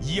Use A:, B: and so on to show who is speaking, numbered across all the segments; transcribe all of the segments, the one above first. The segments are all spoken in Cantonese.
A: 以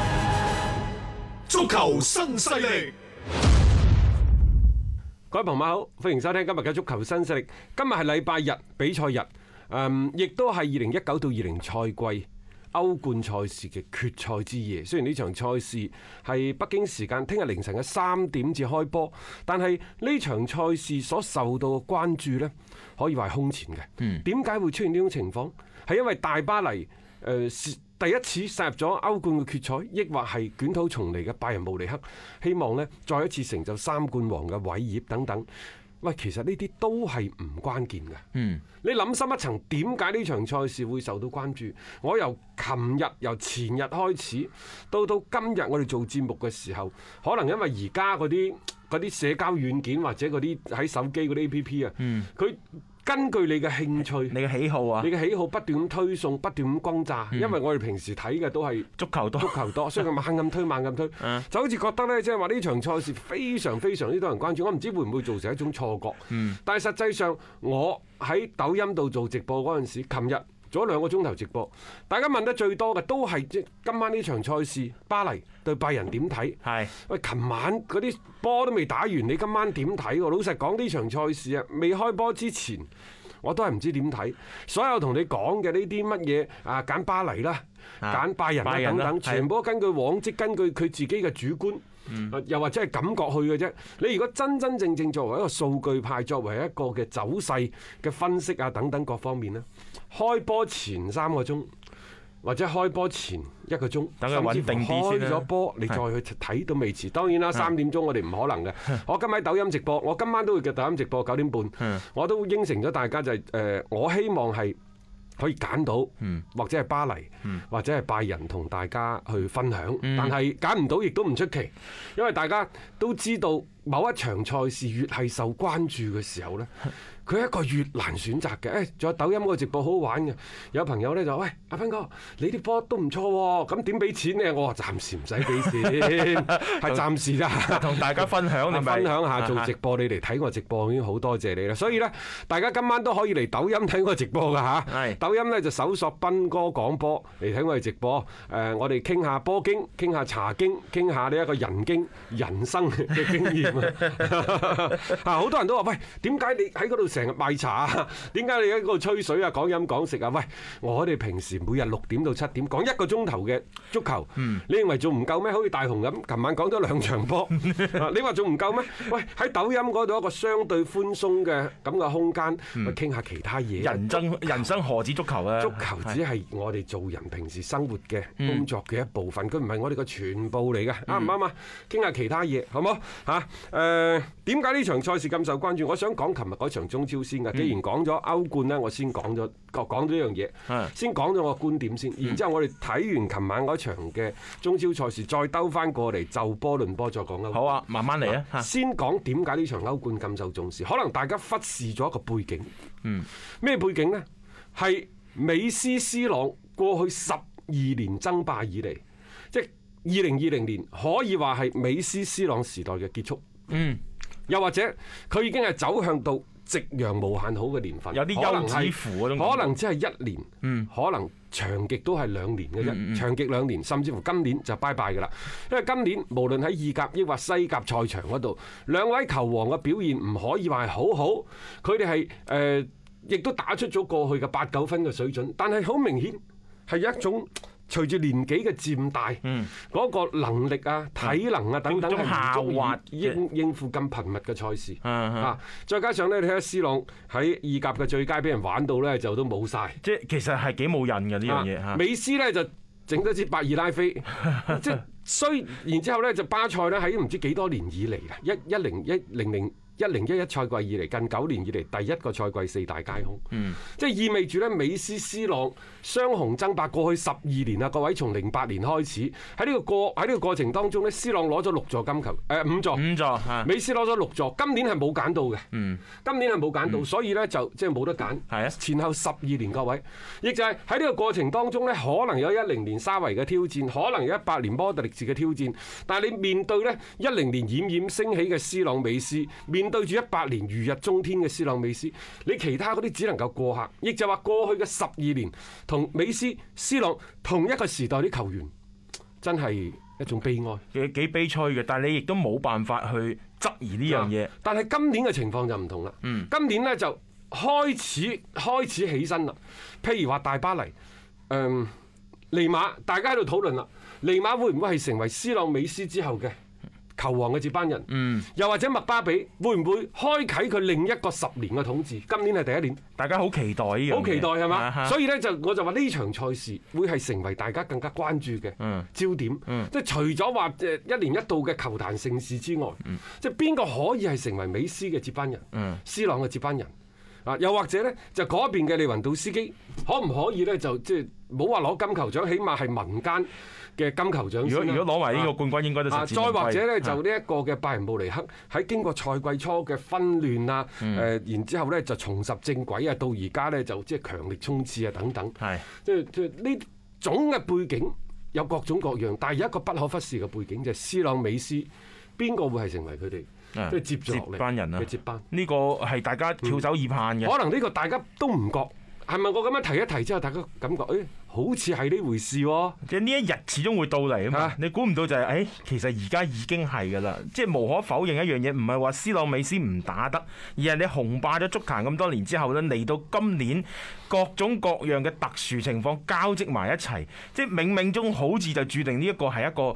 A: 足球新勢力，
B: 各位朋友好，歡迎收聽今日嘅足球新勢力。今日係禮拜日比賽日，誒、嗯，亦都係二零一九到二零賽季歐冠賽事嘅決賽之夜。雖然呢場賽事係北京時間聽日凌晨嘅三點至開波，但係呢場賽事所受到嘅關注呢，可以話係空前嘅。點解會出現呢種情況？係因為大巴黎誒、呃第一次殺入咗歐冠嘅決賽，抑或係捲土重嚟嘅拜仁慕尼黑，希望呢再一次成就三冠王嘅偉業等等。喂，其實呢啲都係唔關鍵嘅。嗯，你諗深一層，點解呢場賽事會受到關注？我由琴日、由前日開始，到到今日我哋做節目嘅時候，可能因為而家嗰啲嗰啲社交軟件或者嗰啲喺手機嗰啲 A P P 啊，佢根據你嘅興趣，
C: 你嘅喜好啊
B: 你，嘅喜好不斷咁推送，不斷咁轟炸，因為我哋平時睇嘅都係
C: 足球 多嗯
B: 足球多，所以佢猛咁推，猛 咁推，就好似覺得呢，即係話呢場賽事非常非常之多人關注，我唔知會唔會造成一種錯覺。
C: 嗯
B: 但係實際上，我喺抖音度做直播嗰陣時，琴日做咗兩個鐘頭直播，大家問得最多嘅都係即今晚呢場賽事，巴黎對拜仁點睇？
C: 係
B: 喂，琴晚嗰啲波都未打完，你今晚點睇喎？老實講，呢場賽事啊，未開波之前。我都係唔知點睇，所有同你講嘅呢啲乜嘢啊，揀巴黎啦，
C: 啊
B: 揀拜仁啦
C: 拜仁
B: 等
C: 啦
B: 等，
C: 係
B: 全部都根據往績，根據佢自己嘅主觀，啊又或者係感覺去嘅啫。你如果真真正正作為一個數據派，作為一個嘅走勢嘅分析啊等等各方面呢，開波前三個鐘。或者開波前一個鐘，
C: 等佢穩
B: 甚至乎
C: 定啲先啦
B: 開咗波，你再去睇都未遲。當然啦，三點鐘我哋唔可能嘅。我今晚抖音直播，我今晚都會嘅抖音直播九點半
C: 嗯，
B: 我都應承咗大家就係、誒，我希望係。可以揀到，或者係巴黎，或者係拜仁同大家去分享。但係揀唔到亦都唔出奇，因為大家都知道某一場賽事越係受關注嘅時候呢，佢係一個越難選擇嘅。誒、仲有抖音嗰個直播好好玩嘅，有朋友呢就話喂，阿斌哥，你啲波都唔錯喎，咁點俾錢呢？我話暫時唔使俾錢，係暫時咋。
C: 同大家分享你咪
B: 分享下做直播，你嚟睇我直播已經好多謝你啦。所以呢，大家今晚都可以嚟抖音睇我直播噶嚇
C: 係。
B: 抖音呢就搜索斌哥廣播嚟睇我哋直播。誒、我哋傾下波經，傾下茶經，傾下呢一個人經、人生嘅 經驗啊！ 啊，好多人都話：喂，點解你喺嗰度成日賣茶啊？ 點解你喺嗰度吹水啊？講飲講食啊？喂，我哋平時每日六點到七點講一個鐘頭嘅足球，你認為仲唔夠咩？好似大雄咁，琴晚講咗兩場波，啊你話仲唔夠咩？喂，喺抖音嗰度一個相對寬鬆嘅咁嘅空間，去傾下其他嘢。
C: 人生人生何止足球啊？
B: 足球只係我哋做人平時生活嘅工作嘅一部分，佢唔係我哋嘅全部嚟嘅，啱唔啱啊？傾下其他嘢，好冇嚇？誒點解呢場賽事咁受關注？我想講琴日嗰場中超先㗎。既然講咗歐冠呢，我先講咗講講咗呢樣嘢
C: 係，
B: 先講咗我觀點先。然之後我哋睇完琴晚嗰場嘅中超賽事，再兜翻過嚟就波論波再講歐
C: 好
B: 冠。
C: 啊，慢慢嚟啊嚇。
B: 先講點解呢場歐冠咁受重視，可能大家忽視咗一個背景。嗯，咩背景呢？係美斯、斯朗過去十二年爭霸以嚟，即係二零二零年可以話係美斯、斯朗時代嘅結束。
C: 嗯，
B: 又或者佢已經係走向到夕陽無限好嘅年份，
C: 有啲
B: 可能
C: 休
B: 係
C: 止符嗰種感覺嗯
B: 可能只係一年，可能長極都係兩年嘅啫，長極兩年，甚至乎今年就拜拜㗎啦。因為今年無論喺意甲抑或西甲賽場嗰度，兩位球王嘅表現唔可以話係好好，佢哋係呃誒亦都打出咗過去嘅八九分嘅水準，但係好明顯係一種。隨住年紀嘅漸大，嗰個能力啊、體能啊等等
C: 都都
B: 係唔足以
C: 嗯下滑嘅
B: 應應付咁頻密嘅賽事
C: 嗯嗯
B: 啊！再加上咧，你睇下 C 朗喺意甲嘅最佳俾人玩到咧，就都冇晒。
C: 即係其實係幾冇癮嘅呢樣嘢
B: 啊
C: 嚇。
B: 美斯咧就整咗支百二 拉菲，即係雖然之後咧就巴塞咧喺唔知幾多年以嚟啊，一一零一零零。一零一一賽季以嚟，近九年以嚟第一個賽季四大皆空，
C: 嗯
B: 即係意味住咧美斯、斯朗雙雄爭霸過去十二年啊啦，各位從零八年開始喺呢個過喺呢個過程當中咧，斯朗攞咗六座金球，誒、五座，
C: 五座嚇，嗯
B: 美斯攞咗六座，今年係冇揀到嘅。今年係冇揀到，所以呢就即係冇得揀。
C: 係啊啊
B: 前後十二年各位，亦就係喺呢個過程當中呢，可能有一零年沙維嘅挑戰，可能有一八年摩特力士嘅挑戰，但係你面對呢一零年冉冉升起嘅斯朗美斯，面對住一八年如日中天嘅斯朗美斯，你其他嗰啲只能夠過客。亦就話過去嘅十二年，同美斯、斯朗同一個時代啲球員，真係一種悲哀。
C: 幾幾悲催嘅，但係你亦都冇辦法去質疑呢樣嘢嗯
B: 啊。但係今年嘅情況就唔同啦。今年呢，就開始開始起身啦。譬如話大巴黎，誒、尼馬，大家喺度討論啦，尼馬會唔會係成為斯朗美斯之後嘅？球王嘅接班人，
C: 嗯
B: 又或者麥巴比會唔會開啟佢另一個十年嘅統治？今年係第一年，
C: 大家好期待呢樣嘢，
B: 好期待係
C: 啊
B: 嘛？
C: 哈
B: 所以呢，就我就話呢場賽事會係成為大家更加關注嘅
C: 嗯
B: 焦點，即係除咗話誒一年一度嘅球壇盛事之外，
C: 嗯
B: 即係邊個可以係成為美斯嘅接班人、斯朗嘅接班人啊？又或者呢，就嗰邊嘅利雲道斯基可唔可以呢？就即係冇話攞金球獎，起碼係民間嘅金球獎
C: 如果
B: 先啦
C: 如果攞埋呢個
B: 啊
C: 冠軍，應該都
B: 啊，
C: 實至
B: 再
C: 名歸
B: 或者咧，就
C: 啊
B: 呢一個嘅拜仁慕尼黑喺經過賽季初嘅紛亂啊，誒、
C: 嗯
B: 然之後咧就重拾正軌啊，到而家咧就即係強力衝刺啊等等，
C: 係
B: 即係即係呢種嘅背景有各種各樣，但係有一個不可忽視嘅背景就係、斯朗美斯，邊個會係成為佢哋
C: 啊
B: 即係接住落嚟
C: 接班人啊
B: 嘅接班？
C: 呢個係大家
B: 嗯
C: 翹首以盼嘅。
B: 可能呢個大家都唔覺，係咪我咁樣提一提之後，大家感覺誒、哎好似係呢回事喎、
C: 即係呢一日始終會到嚟啊嘛
B: 啊！
C: 你估唔到就係、誒、其實而家已經係㗎啦，即係無可否認一樣嘢，唔係話斯朗美斯唔打得，而係你紅霸咗足壇咁多年之後呢，嚟到今年各種各樣嘅特殊情況交織埋一齊，即係冥冥中好似就注定呢一個係一個誒、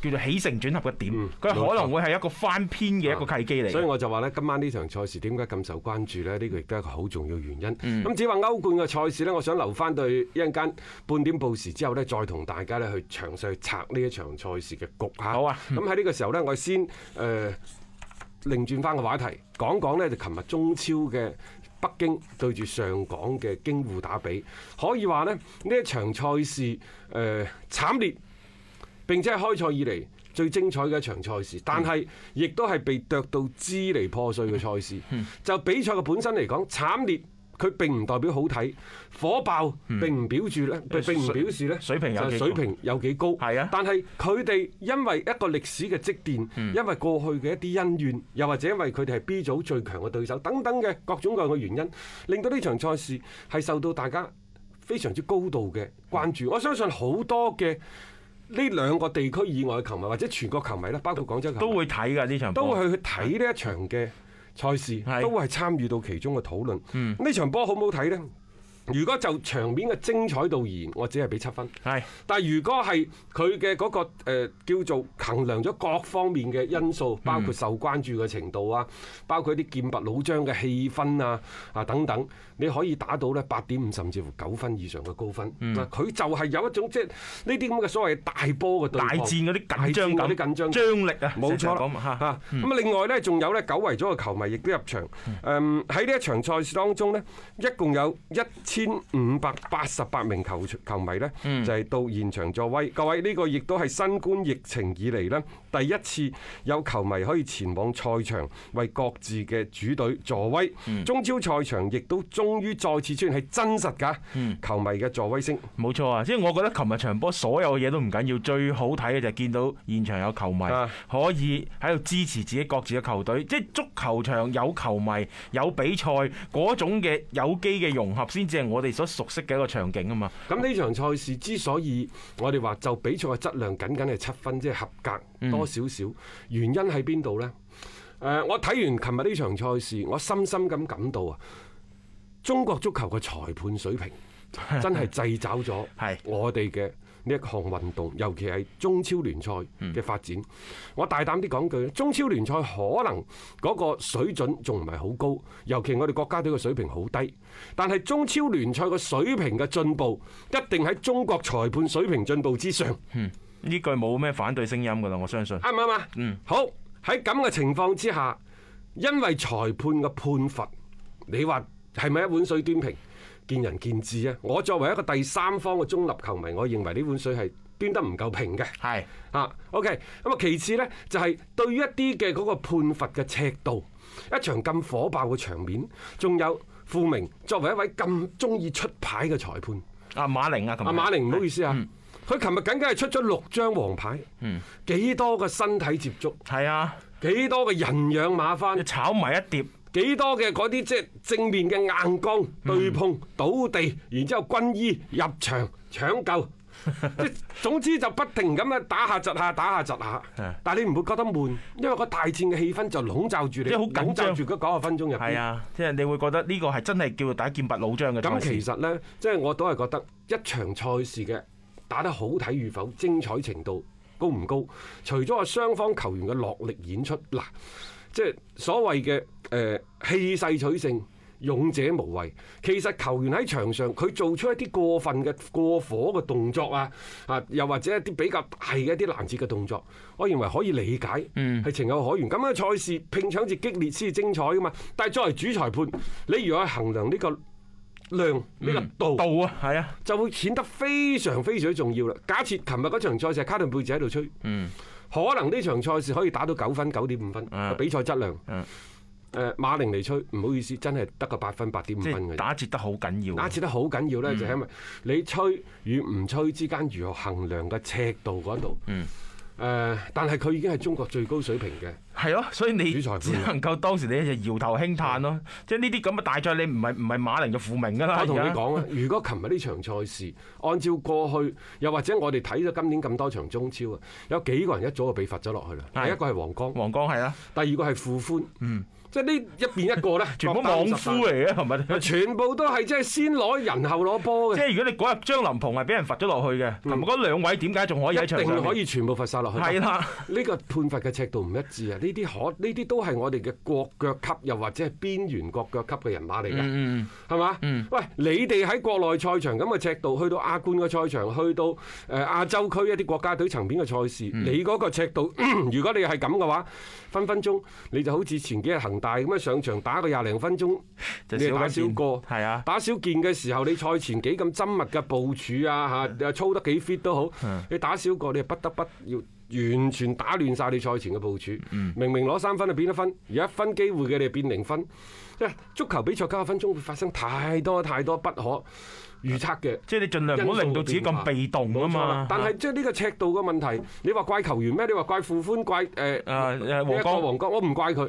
C: 叫做起承轉合嘅點，
B: 嗯
C: 佢、可能會係一個翻篇嘅一個契機嚟
B: 啊所以
C: 嘅。
B: 我就話咧，今晚呢場賽事點解咁受關注呢？呢、個亦都係一個好重要原因。咁、只話歐冠嘅賽事呢，我想留翻到一陣間半點報時之後呢，再同大家呢去詳細去拆呢一場賽事嘅局嚇。
C: 好啊
B: 咁喺呢個時候呢，我先誒、呃、另轉翻個話題，講講呢就琴日中超嘅。北京對住上港嘅京滬打比，可以話呢，呢一場賽事誒、呃、慘烈，並且係開賽以嚟最精彩嘅一場賽
C: 嗯
B: 事，但係亦都係被剁到支離破碎嘅賽事。
C: 嗯
B: 就比賽嘅本身嚟講，慘烈佢並唔代表好睇，火爆並唔表住咧，並並唔表示咧
C: 嗯水平有
B: 就
C: 幾高
B: 水平有幾高。
C: 係啊
B: 但係佢哋因為一個歷史嘅積澱，
C: 嗯
B: 因為過去嘅一啲恩怨，又或者因為佢哋係 B 組最強嘅對手等等嘅各種各樣嘅原因，令到呢場賽事係受到大家非常之高度嘅關注。我相信好多嘅呢兩個地區以外嘅球迷，或者全國球迷啦，包括廣州球迷
C: 都會睇㗎呢場
B: 都
C: 波，
B: 會去睇呢一場嘅賽事，
C: 係嗯
B: 都會係參與到其中嘅討論。呢場波好唔好睇呢？如果就場面嘅精彩度而言，我只係俾七分。
C: 係
B: 但係如果係佢嘅嗰個、呃、叫做衡量咗各方面嘅因素，包括受關注嘅程度啊，包括一啲劍拔弩張嘅氣氛啊啊等等，你可以打到咧八點五甚至乎九分以上嘅高分。嗱佢、就係有一種即係呢啲咁嘅所謂大波嘅對
C: 大
B: 抗
C: 戰嗰啲緊張
B: 大戰
C: 感、
B: 嗰啲緊張感
C: 張力啊，
B: 冇錯
C: 成日講
B: 啦
C: 嚇，
B: 嚇咁啊，另外呢，仲有呢，久違咗嘅球迷亦都入場。誒喺呢一場賽事當中呢，一共有一千五百八十八名球球迷呢，就係到現場助威。各位呢個亦都係新冠疫情以嚟呢，第一次有球迷可以前往賽場為各自嘅主隊助威。中超賽場亦都終於再次出現係真實㗎球迷嘅助威聲。
C: 冇錯啊！即係我覺得琴日場波所有嘢都唔緊要，最好睇嘅就係見到現場有球迷
B: 啊
C: 可以喺度支持自己各自嘅球隊，即係足球場有球迷有比賽嗰種嘅有機嘅融合，先至係我哋所熟悉嘅一個場景啊嘛。
B: 咁呢場賽事之所以我哋話就比賽嘅質量僅僅係七分，即係合格多少少，原因喺邊度呢？誒、呃我睇完琴日呢場賽事，我深深咁感到啊，中國足球嘅裁判水平真係掣肘咗
C: 係
B: 我哋嘅呢一項運動，尤其係中超聯賽嘅發展。我大膽啲講句，中超聯賽可能嗰個水準仲唔係好高，尤其我哋國家隊嘅水平好低。但係中超聯賽嘅水平嘅進步，一定喺中國裁判水平進步之上。
C: 呢句冇咩反對聲音㗎啦，我相信。
B: 啱唔啱啊？嗯，好喺咁嘅情況之下，因為裁判嘅判罰，你話係咪一碗水端平？見仁見智啊！我作為一個第三方嘅中立球迷，我認為呢碗水係端得唔夠平嘅。
C: 係
B: 啊，OK，咁啊，其次呢，就係、對於一啲嘅嗰個判罰嘅尺度，一場咁火爆嘅場面，仲有傅明作為一位咁中意出牌嘅裁判。
C: 阿馬寧啊，琴日
B: 阿馬寧唔好意思啊，佢琴日僅僅係出咗六張黃牌，幾多個身體接觸，
C: 係啊，
B: 幾多個人仰馬翻，
C: 炒埋一碟。
B: 幾多嘅嗰啲即係正面嘅硬剛
C: 嗯
B: 對碰、倒地，然之後軍醫入場 搶救。即係總之就不停咁樣打下窒下打下窒下
C: 係，
B: 但係你唔會覺得悶，因為個大戰嘅氣氛就籠罩住你，
C: 即係好緊張
B: 籠罩住嗰九十分鐘入邊。
C: 係啊，即係你會覺得呢個係真係叫做打劍拔弩張嘅
B: 咁
C: 賽
B: 其
C: 事。
B: 實呢，即係我都係覺得一場賽事嘅打得好睇與否、精彩程度高唔高，除咗話雙方球員嘅落力演出，嗱，即係所謂嘅誒、呃、氣勢取勝。勇者無畏，其實球員喺場上佢做出一啲過分嘅過火嘅動作啊，啊又或者一啲比較大嘅一啲攔截嘅動作，我認為可以理解，係情有可原。咁啊樣賽事拼搶至激烈先至精彩噶嘛。但係作為主裁判，你如果去衡量呢、個量呢個度，
C: 度啊，係啊，
B: 就會顯得非常非常重要啦。假設琴日嗰場賽事係卡頓貝治喺度吹，
C: 嗯
B: 可能呢場賽事可以打到九分、九點五分
C: 啊
B: 比賽質量。
C: 啊
B: 誒馬寧嚟吹，唔好意思，真係得個八分、八點五
C: 即
B: 分嘅
C: 係
B: 啫。
C: 打折得好緊要
B: 打
C: 啊。
B: 折得好緊要呢，就係因為你吹與唔吹之間如何衡量嘅尺度嗰度。
C: 嗯
B: 誒、但係佢已經係中國最高水平嘅。
C: 係咯，所以你
B: 主裁判
C: 只能夠當時你就搖頭輕嘆咯。即係呢啲咁嘅大賽，你唔係唔係馬寧就負明㗎啦。
B: 我同你
C: 而家
B: 講啊，如果琴日呢場賽事按照過去，又或者我哋睇咗今年咁多場中超啊，有幾個人一早就被罰咗落去啦。
C: 係
B: 第一個係黃江，
C: 黃江係啦，
B: 第二個係傅歡，嗯，即係呢一邊一個咧，
C: 全部
B: 各打
C: 莽
B: 50
C: 夫啊嚟嘅，係咪
B: 彈，？全部都係即係先攞人後攞波
C: 即
B: 嘅，
C: 係如果你嗰日張林鵬係俾人罰咗落去嘅，咁嗰兩位點解仲可以喺
B: 嗯一
C: 場上
B: 定
C: 面？
B: 可以全部罰晒落去。
C: 係啦，
B: 呢個判罰嘅尺度唔一致啊！呢啲可呢啲都係我哋嘅國腳級，又或者係邊緣國腳級嘅人馬嚟
C: 嗯
B: 嘅，係嘛？喂，你哋喺國內賽場咁嘅尺度，去到亞冠嘅賽場，去到誒呃亞洲區一啲國家隊層面嘅賽事，
C: 嗯
B: 你嗰個尺度，嗯如果你係咁嘅話，分分鐘你就好似前幾日恒大咁樣上場打個廿零分鐘，
C: 就
B: 你係
C: 少緊
B: 打少
C: 見
B: 個，
C: 係啊
B: 打少件嘅時候，你賽前幾咁縝密嘅部署啊嚇，操得幾 fit 都好，你打少個，你係不得不要完全打亂晒你賽前嘅部署。明明攞三分就變一分，而一分機會嘅你就變零分。即係足球比賽九十分鐘會發生太多太多不可預測嘅。
C: 即係你盡量唔好令到自己咁被動啊
B: 冇錯啦
C: 嘛。
B: 但係即係呢個尺度嘅問題，你話怪球員咩？你話怪傅歡怪誒
C: 啊誒
B: 呢一
C: 黃
B: 個
C: 江
B: 黃江，我唔怪佢，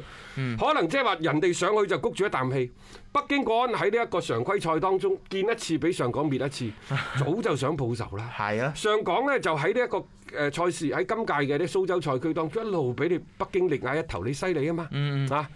B: 可能即係話人哋上去就谷住一啖氣。北京國安喺呢一個常規賽當中見一次比上港滅 一次，早就想報仇啦。
C: 係啊，
B: 上港呢，就喺呢一個誒賽事喺今屆嘅呢蘇州賽區當中一路俾你北京力壓一頭，你犀利啊嘛，啊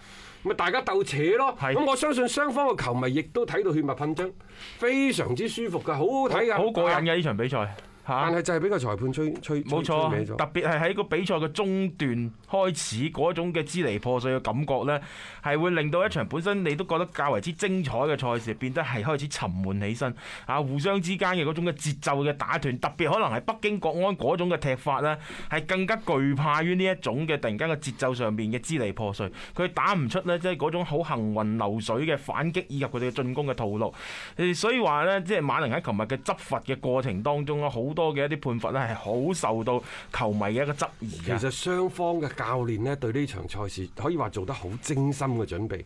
B: 咪大家鬥扯咯。
C: 係
B: 咁我相信雙方嘅球迷亦都睇到血脈噴張，非常之舒服㗎，好好睇㗎，啊
C: 好過癮嘅呢場比賽嚇
B: 但。係就係俾個裁判吹吹吹
C: 冇錯啊
B: 吹歪，咗
C: 特別係喺個比賽嘅中段開始嗰種嘅支離破碎嘅感覺呢，係會令到一場本身你都覺得較為之精彩嘅賽事變得係開始沉悶起身啊！互相之間嘅嗰種嘅節奏嘅打斷，特別可能係北京國安嗰種嘅踢法呢，係更加懼怕於呢一種嘅突然間嘅節奏上面嘅支離破碎，佢打唔出呢，即係嗰種好行雲流水嘅反擊以及佢哋嘅進攻嘅套路。誒所以話呢，即係馬寧喺琴日嘅執罰嘅過程當中咧，好多嘅一啲判罰呢係好受到球迷嘅一個質疑
B: 其
C: 嘅。
B: 實雙方嘅教練呢，對呢場賽事可以話做得好精心嘅準備。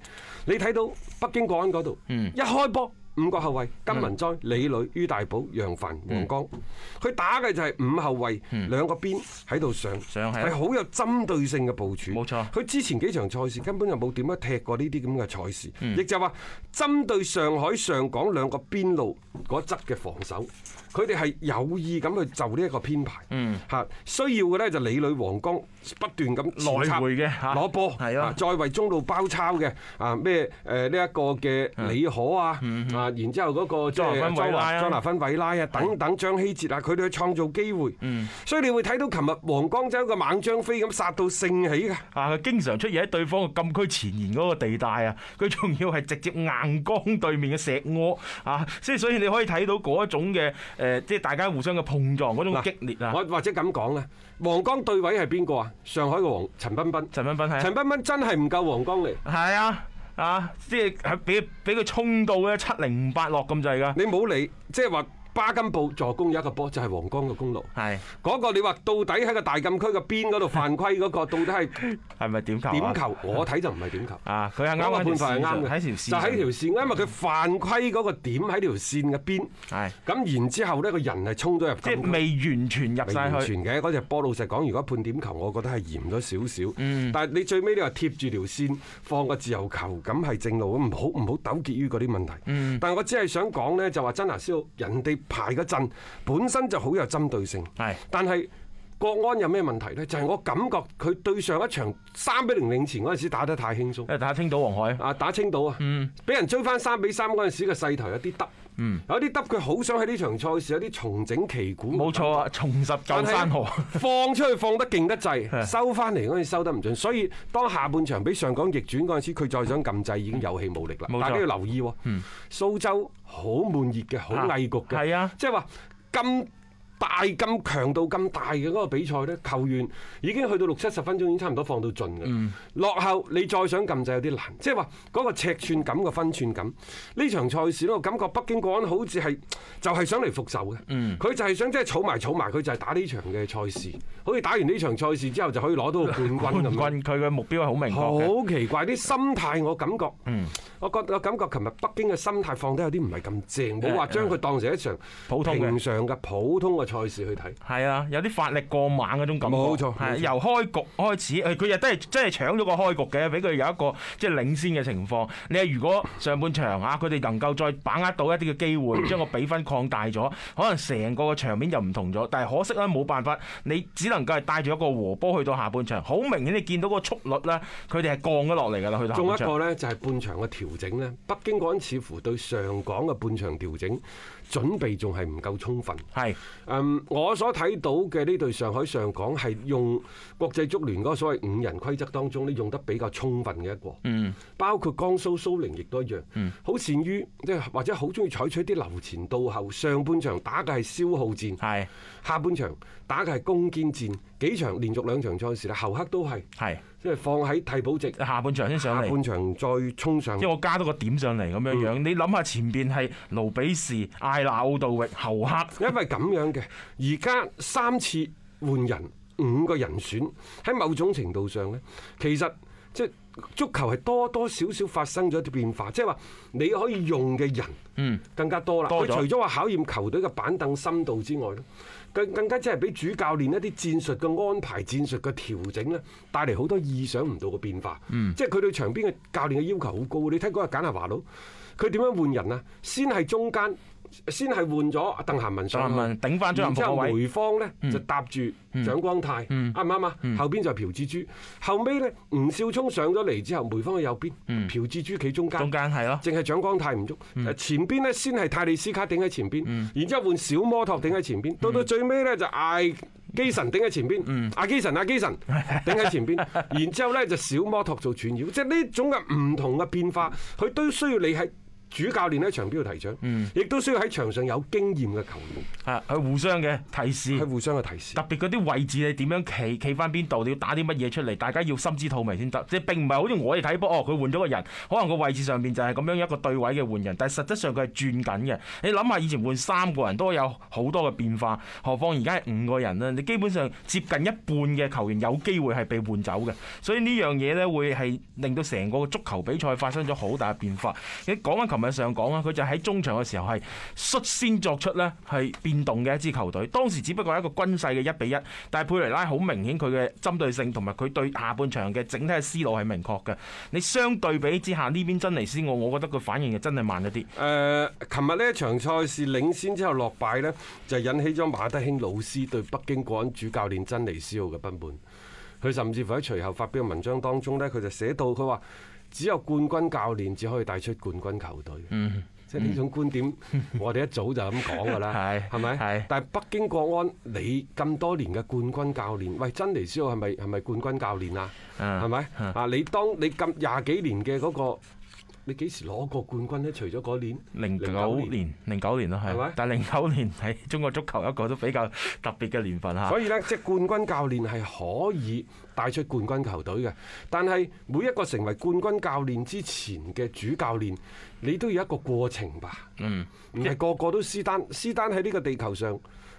B: 你睇到北京國安嗰度，
C: 嗯
B: 一開波五個後衞，金文哉、李磊、于大寶、楊帆、
C: 嗯
B: 黃江，佢打嘅就係五後衞，兩個邊喺度上，
C: 上係啊
B: 係好有針對性嘅部署。
C: 冇錯
B: 佢之前幾場賽事根本就冇點樣踢過呢啲咁嘅賽事，
C: 嗯
B: 亦就話針對上海、上港兩個邊路嗰側嘅防守，佢哋係有意咁去就呢一個編排。嗯，嚇需要嘅呢就李磊、黃江不斷咁前插
C: 來回嘅嚇
B: 攞波，
C: 係啊
B: 再為中路包抄嘅啊咩誒呢一個嘅李可啊啊啊，然之後嗰個即
C: 莊拿芬
B: 係
C: 韋拉啊
B: 莊拿芬韋拉啊，等等張希哲啊，佢哋去創造機會。所以你會睇到琴日黃江州嘅猛張飛咁殺到盛起㗎。
C: 啊！佢經常出現喺對方嘅禁區前沿嗰個地帶啊，佢仲要係直接硬剛對面嘅石窩啊！即係所以你可以睇到嗰一種嘅誒、呃即係大家互相嘅碰撞嗰種
B: 嗱
C: 激烈啊！
B: 我或者咁講咧，黃江對位係邊個啊？上海嘅黃陳彬彬，
C: 陳彬彬係
B: 陳彬彬真係唔夠黃江嚟。
C: 啊係啊啊！即係係俾俾佢衝到咧七零五八落咁滯㗎，
B: 你冇理，即係話巴金布助攻有一個波就係黃江嘅功勞。
C: 係
B: 嗰個你話到底喺個大禁區嘅邊嗰度犯規嗰個，到 底係
C: 係咪點球啊？
B: 點球？我睇就唔係點球。
C: 啊！佢係
B: 嗰
C: 啱
B: 個
C: 啱條
B: 判法係
C: 線上
B: 啱
C: 喺條線
B: 嘅，就
C: 上
B: 喺條線，因為佢犯規嗰個點喺條線嘅邊。
C: 係
B: 咁然之後呢個人係衝咗入
C: 即係
B: 禁區。
C: 未完全入
B: 未
C: 晒
B: 完
C: 去。
B: 全嘅嗰只波，老實講，如果判點球，我覺得係嚴咗少少。
C: 嗯
B: 但係你最尾你話貼住條線放個自由球，咁係正路，唔好唔好糾結於嗰啲問題。
C: 嗯
B: 但係我只係想講呢，就話真拿斯奧人哋排嗰陣本身就好有針對性，
C: 係
B: 但係。國安有咩問題呢？就係、我感覺佢對上一場三比零領前嗰陣時打得太輕鬆。
C: 誒，嗯大家聽到黃海
B: 啊打青島啊，俾人追翻三比三嗰陣時嘅勢頭有啲耷，
C: 嗯
B: 有啲耷佢好想喺呢場賽事有啲重整旗鼓。
C: 冇錯啊，重拾舊山河。
B: 放出去放得勁 得滯，收翻嚟嗰陣收得唔準，所以當下半場俾上港逆轉嗰陣時，佢再想撳掣已經有氣無力啦
C: 冇錯。嗯
B: 大家要留意喎，蘇州好悶熱嘅，好翳焗嘅，
C: 係啊
B: 即係話咁。大咁強度咁大嘅嗰個比賽呢，球員已經去到六七十分鐘，已經差唔多放到盡嘅。
C: 嗯
B: 落後你再想撳掣有啲難，即係話嗰個尺寸感嘅分寸感。呢場賽事呢，我感覺北京國安好似係就係想嚟復仇嘅。
C: 嗯
B: 佢就係想即係儲埋儲埋，佢就係打呢場嘅賽事，好似打完呢場賽事之後就可以攞到個冠
C: 冠
B: 軍咁樣。
C: 軍佢嘅目嗯標係好明確嘅。
B: 好奇怪啲心態，我感覺，我覺我感覺，琴日北京嘅心態放得有啲唔係咁正，冇話將佢當成一場
C: 普通嘅
B: 平常嘅普通嘅賽事去睇。
C: 係啊，有啲發力過猛嗰種感覺。
B: 冇錯
C: 係啊
B: 冇錯
C: 由開局開始，誒佢亦都係真係搶咗個開局嘅，俾佢有一個即係領先嘅情況。你係如果上半場啊，佢哋能夠再把握到一啲嘅機 會，將個比分擴大咗，可能成個場面又唔同咗。但係可惜咧，冇辦法，你只能夠係帶住一個和波去到下半場。好明顯，你見到個速率咧，佢哋係降咗落嚟㗎啦，去到下
B: 仲有
C: 半
B: 一
C: 場。
B: 個呢，就係半場嘅調整呢，北京嗰陣似乎對上港嘅半場調整準備仲係唔夠充分。
C: 係
B: 嗯，我所睇到嘅呢隊上海上港係用國際足聯嗰個所謂五人規則當中呢，用得比較充分嘅一個。嗯，包括江蘇蘇寧亦都一樣。嗯，好善於即係或者好中意採取啲流前到後，上半場打嘅係消耗戰，
C: 係
B: 下半場打嘅係攻堅戰。幾場連續兩場賽事啦，侯克都係
C: 係
B: 即係放喺替補席，
C: 下半場先上
B: 下
C: 嚟。
B: 半場再衝上
C: 即係我加多個點上嚟咁樣樣，你諗下前邊係盧比士、艾拿奧道域、侯克，
B: 因為咁樣嘅，而家三次換人，五個人選，喺某種程度上呢，其實即係足球係多多少少發生咗一啲變化，即係話你可以用嘅人，嗯，更加多啦。
C: 多
B: 佢
C: 咗
B: 除咗話考驗球隊嘅板凳深度之外咧，更更加即係俾主教練一啲戰術嘅安排、戰術嘅調整咧，帶嚟好多意想唔到嘅變化。
C: 嗯
B: 即係佢對場邊嘅教練嘅要求好高。你睇嗰日簡拿華佬，佢點樣換人啊？先係中間，先係換咗鄧涵文上
C: 鄧
B: 去，
C: 涵文頂返張
B: 然
C: 林
B: 之
C: 鵬個
B: 後
C: 位嗯
B: 梅芳咧就搭住蔣光泰，啱唔啱啊？後邊就係朴志洙，後尾咧吳少聰上咗嚟之後，梅芳喺右邊，朴志洙企中間
C: 嗯中。間係咯，
B: 淨係蔣光太唔喐，誒前邊呢先係泰利斯卡頂喺前邊，然之後換小摩托頂喺前邊，到到最尾呢就艾基神頂喺前邊，艾基神艾基神頂喺前邊，然之後呢就小摩托做串繞，即係呢種嘅唔同嘅變化，佢都需要你係主教練喺場邊度提倡，亦都需要喺場上有經驗嘅球員
C: 係啊佢互相嘅提示
B: 去。互相嘅提示
C: 特。別嗰啲位置你點樣企，企翻邊度，你要打啲乜嘢出嚟，大家要心知肚明先得。即係並唔係好似我哋睇波，哦，佢換咗個人，可能個位置上面就係咁樣一個對位嘅換人，但係實質上佢係轉緊嘅。你諗下，以前換三個人都有好多嘅變化，何況而家係五個人啦，你基本上接近一半嘅球員有機會係被換走嘅，所以呢樣嘢呢，會係令到成個足球比賽發生咗好大嘅變化。你講緊琴日上講啊，佢就喺中場嘅時候係率先作出呢係變動嘅一支球隊。當時只不過係一個均勢嘅一比一，但係佩雷拉好明顯佢嘅針對性同埋佢對下半場嘅整體嘅思路係明確嘅。你相對比之下，呢邊真尼斯奧，我覺得佢反應就真係慢咗啲。
B: 誒，呃琴日呢一場賽事領先之後落敗呢，就引起咗馬德興老師對北京國安主教練真尼斯奧嘅不滿。佢甚至乎喺隨後發表嘅文章當中呢，佢就寫到佢話：只有冠軍教練只可以帶出冠軍球隊。即係呢種觀點，我哋一早就咁講㗎啦，
C: 係
B: 係咪
C: 係？
B: 但係北京國安，你咁多年嘅冠軍教練，喂，真尼斯奧係咪係咪冠軍教練啊？
C: 嗯
B: 係咪？啊，你當你咁廿幾年嘅嗰個，你幾時攞過冠軍呢？除咗嗰年
C: 零九年，零九年咯，
B: 係咪
C: 係。但係零九年喺中國足球一個都比較特別嘅年份嚇。
B: 所以呢，即係冠軍教練係可以帶出冠軍球隊嘅，但係每一個成為冠軍教練之前嘅主教練，你都要一個過程吧。嗯，唔係個個都斯丹，斯丹喺呢個地球上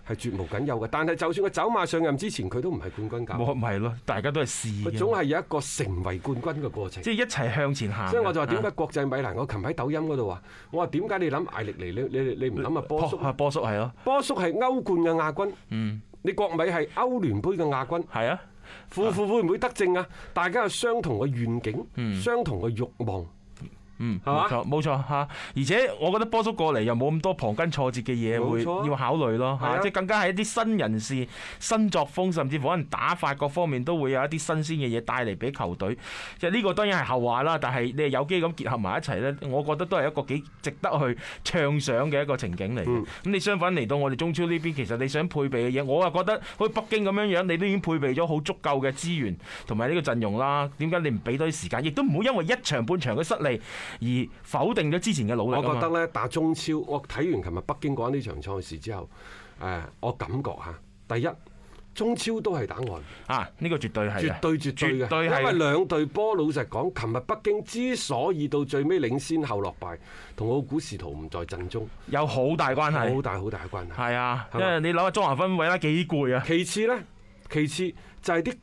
B: 係絕無僅有嘅。但係就算佢走馬上任之前，佢都唔係冠軍教
C: 冇啊
B: 練，
C: 咪係咯，大家都係試
B: 啊佢
C: 嘅
B: 總係有一個成為冠軍嘅過程。
C: 即係一齊向前行嘅。
B: 所以我就話點解
C: 啊
B: 國際米蘭？我琴喺抖音嗰度話，我話點解你諗艾力尼，你你你唔諗啊波叔？
C: 啊波叔係咯，
B: 波叔係歐冠嘅亞軍，你國米係歐聯杯嘅亞軍。
C: 係啊，
B: 父父會唔會得正啊？大家有相同嘅願景，相同嘅慾望，
C: 嗯，
B: 係嘛
C: 冇錯冇錯嚇。而且我覺得波叔過嚟又冇咁多旁根挫折嘅嘢
B: 冇
C: 會
B: 錯啊
C: 要考慮咯
B: 係啊
C: 嚇，即係更加係一啲新人士、新作風，甚至乎可能打法各方面都會有一啲新鮮嘅嘢帶嚟俾球隊。即係呢個當然係後話啦，但係你係有機咁結合埋一齊呢，我覺得都係一個幾值得去暢想嘅一個情景嚟嘅。
B: 嗯
C: 咁、你相反嚟到我哋中超呢邊，其實你想配備嘅嘢，我又覺得好似北京咁樣樣，你都已經配備咗好足夠嘅資源同埋呢個陣容啦。點解你唔俾多啲時間？亦都唔好因為一場半場嘅失利而否定咗之前嘅努力
B: 我
C: 啊嘛。
B: 覺得呢，打中超，我睇完琴日北京國安呢場賽事之後，誒，我感覺嚇，第一中超都係打外援，
C: 啊，呢、個絕對係
B: 絕
C: 嘅
B: 對絕對
C: 絕對
B: 嘅，因為
C: 係
B: 兩隊波老實講，琴日北京之所以到最尾領先後落敗，同奧古士圖唔在陣中，
C: 有好大關
B: 好
C: 係。
B: 大好大嘅關係。
C: 係啊，
B: 係
C: 因
B: 嘛
C: 為你諗下莊咸分位啦，幾攰啊！
B: 其次呢，其次就係啲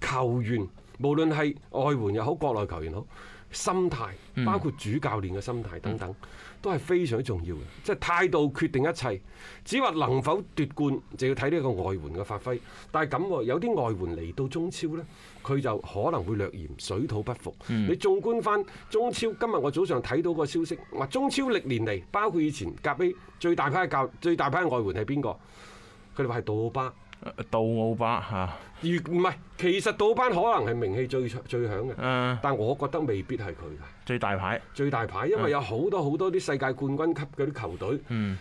B: 球員，無論係外援又好，國內球員好，心態，包括主教練嘅心態等等，都係非常之重要嘅。即係態度決定一切。只話能否奪冠，就要睇呢一個外援嘅發揮。但係咁喎，有啲外援嚟到中超呢，佢就可能會略嫌水土不服。你縱觀翻中超，今日我早上睇到個消息，話中超歷年嚟，包括以前甲 A 最大批嘅教最大批嘅外援係邊個？佢哋話係杜巴。
C: 杜奧巴啊嚇，
B: 而唔係，其實倒班可能係名氣最最響嘅，
C: 嗯、
B: 但我覺得未必係佢嘅
C: 最大牌。
B: 最大牌，
C: 嗯
B: 因為有好多好多啲世界冠軍級嗰啲球隊，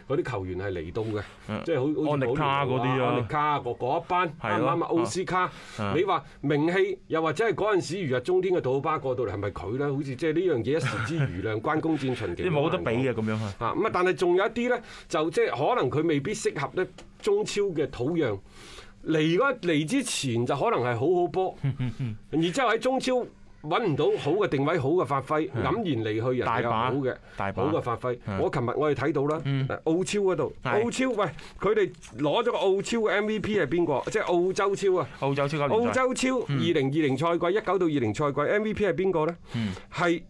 B: 嗰啲球員係嚟到嘅，即係好好似
C: 嗯安力卡
B: 保
C: 嗰
B: 連奴
C: 啲啊
B: 安力卡嗰嗰一班
C: 係
B: 啱唔
C: 咯
B: 啱啊？奧斯卡，你話名氣又或者係嗰陣時如日中天嘅杜巴過到嚟係咪佢咧？好似即係呢樣嘢一時 之餘量，關公戰秦
C: 你
B: 瓊
C: 冇得
B: 難
C: 比嘅
B: 講
C: 咁樣啊！
B: 啊咁啊！但係仲有一啲呢，就即係可能佢未必適合咧中超嘅土壤。嚟嗰嚟之前就可能係好好 波，然之後喺中超揾唔到好嘅定位、好嘅發揮，黯然離去人
C: 嗯大
B: 哋有
C: 把
B: 好嘅
C: 大把
B: 好嘅發揮。
C: 嗯
B: 我琴日我哋睇到啦，啊澳超嗰度，
C: 係
B: 澳超喂佢哋攞咗個澳超嘅 MVP 係邊個？即係澳洲超啊！
C: 澳洲超級嗯聯賽
B: 澳洲超二零二零賽季一九到二零賽季 MVP 係邊個呢？
C: 嗯
B: 係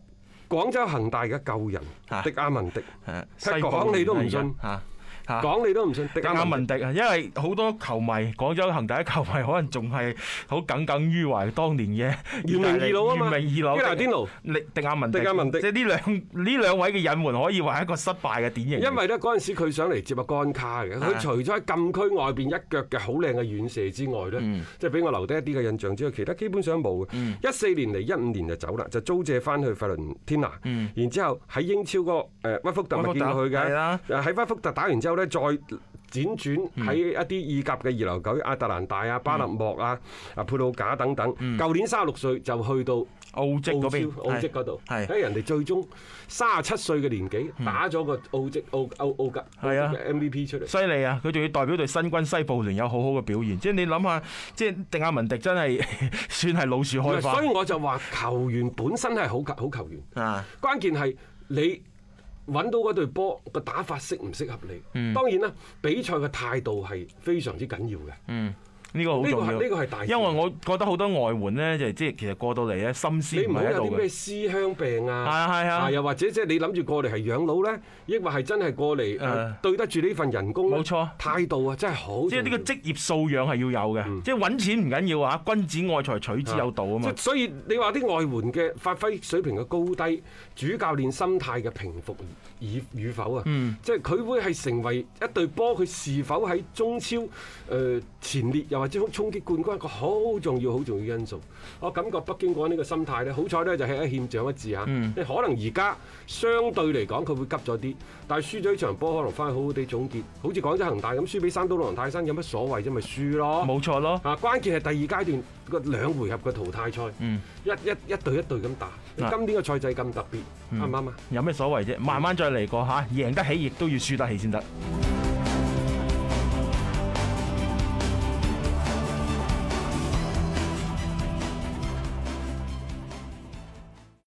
B: 廣州恒大嘅舊人
C: 啊
B: 迪亞文迪。
C: 誒
B: 佢
C: 西
B: 講
C: 部
B: 你都唔
C: 聯賽
B: 信
C: 嚇嚇。
B: 講你都唔信，迪
C: 迪
B: 亞
C: 亞文
B: 文
C: 迪啊，因為好多球迷，廣州恒大啲球迷可能仲係好耿耿於懷當年 嘅
B: 迪、姚明二佬啊嘛，
C: 姚明二佬、
B: 基拿甸奴。
C: 迪迪亞文迪、
B: 迪亞文迪
C: 即係呢兩呢兩位嘅引援可以話係一個失敗嘅典型。
B: 因為咧嗰陣時佢想嚟接阿干卡嘅，佢
C: 啊
B: 除咗喺禁區外邊一腳嘅好靚嘅遠射之外咧，即係俾我留低一啲嘅印象之外，其他基本上冇嘅。一四年嚟一五年就走啦，就租借翻去費倫天拿，然之後喺英超個誒屈福特咪
C: 屈福特
B: 見到
C: 係
B: 佢嘅
C: 啦，
B: 誒喺屈福特打完之後咧再。輾轉喺一啲意甲嘅二流球隊，亞特蘭大啊、巴勒莫啊、啊佩魯賈等等。舊年三十六歲就去到
C: 澳職嗰邊
B: 澳超澳職嗰度，
C: 係嗯
B: 因為人哋最終三十七歲嘅年紀打咗個澳職澳澳澳格
C: 係啊
B: 澳職嘅 MVP 出嚟。
C: 犀利啊！佢仲要代表隊新軍西部聯有好好嘅表現，即係你諗下，即係迪亞文迪真係 算係老樹開
B: 所以
C: 花
B: 我就話球員本身係好球好球員，
C: 啊！
B: 關鍵係你。揾到嗰隊波個打法適唔適合你？
C: 嗯
B: 當然啦，比賽嘅態度係非常之緊要嘅。
C: 呢個好
B: 呢個
C: 重
B: 係
C: 要，
B: 呢個係大事
C: 因為我覺得好多外援呢，就即係其實過到嚟咧，心思
B: 你
C: 唔
B: 唔好
C: 係喺
B: 有啲
C: 度
B: 咩
C: 嘅。
B: 思鄉病啊，
C: 係啊係啊
B: 又或者即係你諗住過嚟係養老呢，抑或係真係過嚟誒
C: 誒
B: 對得住呢份人工呢？
C: 冇錯
B: 態度啊真係好。
C: 即係呢個職業素養係要有嘅，即係揾錢唔緊要啊，君子愛財取之有道啊嘛
B: 嗯即。係所以你話啲外援嘅發揮水平嘅高低，主教練心態嘅平復與與否啊，
C: 嗯
B: 即係佢會係成為一隊波，佢是否喺中超誒、呃前列，又或或者衝擊冠軍一個好重要、好重要因素。我感覺北京國安呢個心態呢，好彩呢就係一欠長一智嚇。
C: 嗯
B: 你可能而家相對嚟講佢會急咗啲，但係輸咗呢場波，可能翻去好好地總結。好似廣州恒大咁輸俾山東魯能泰山，有乜所謂啫？咪輸咯。
C: 冇錯咯。
B: 啊！關鍵係第二階段個兩回合嘅淘汰賽，一一一隊一隊咁打。你
C: 嗯啊嗯
B: 今年個賽制咁特別，啱唔啱啊？
C: 有咩所謂啫？慢慢再嚟過嚇，贏得起亦都要輸得起先得。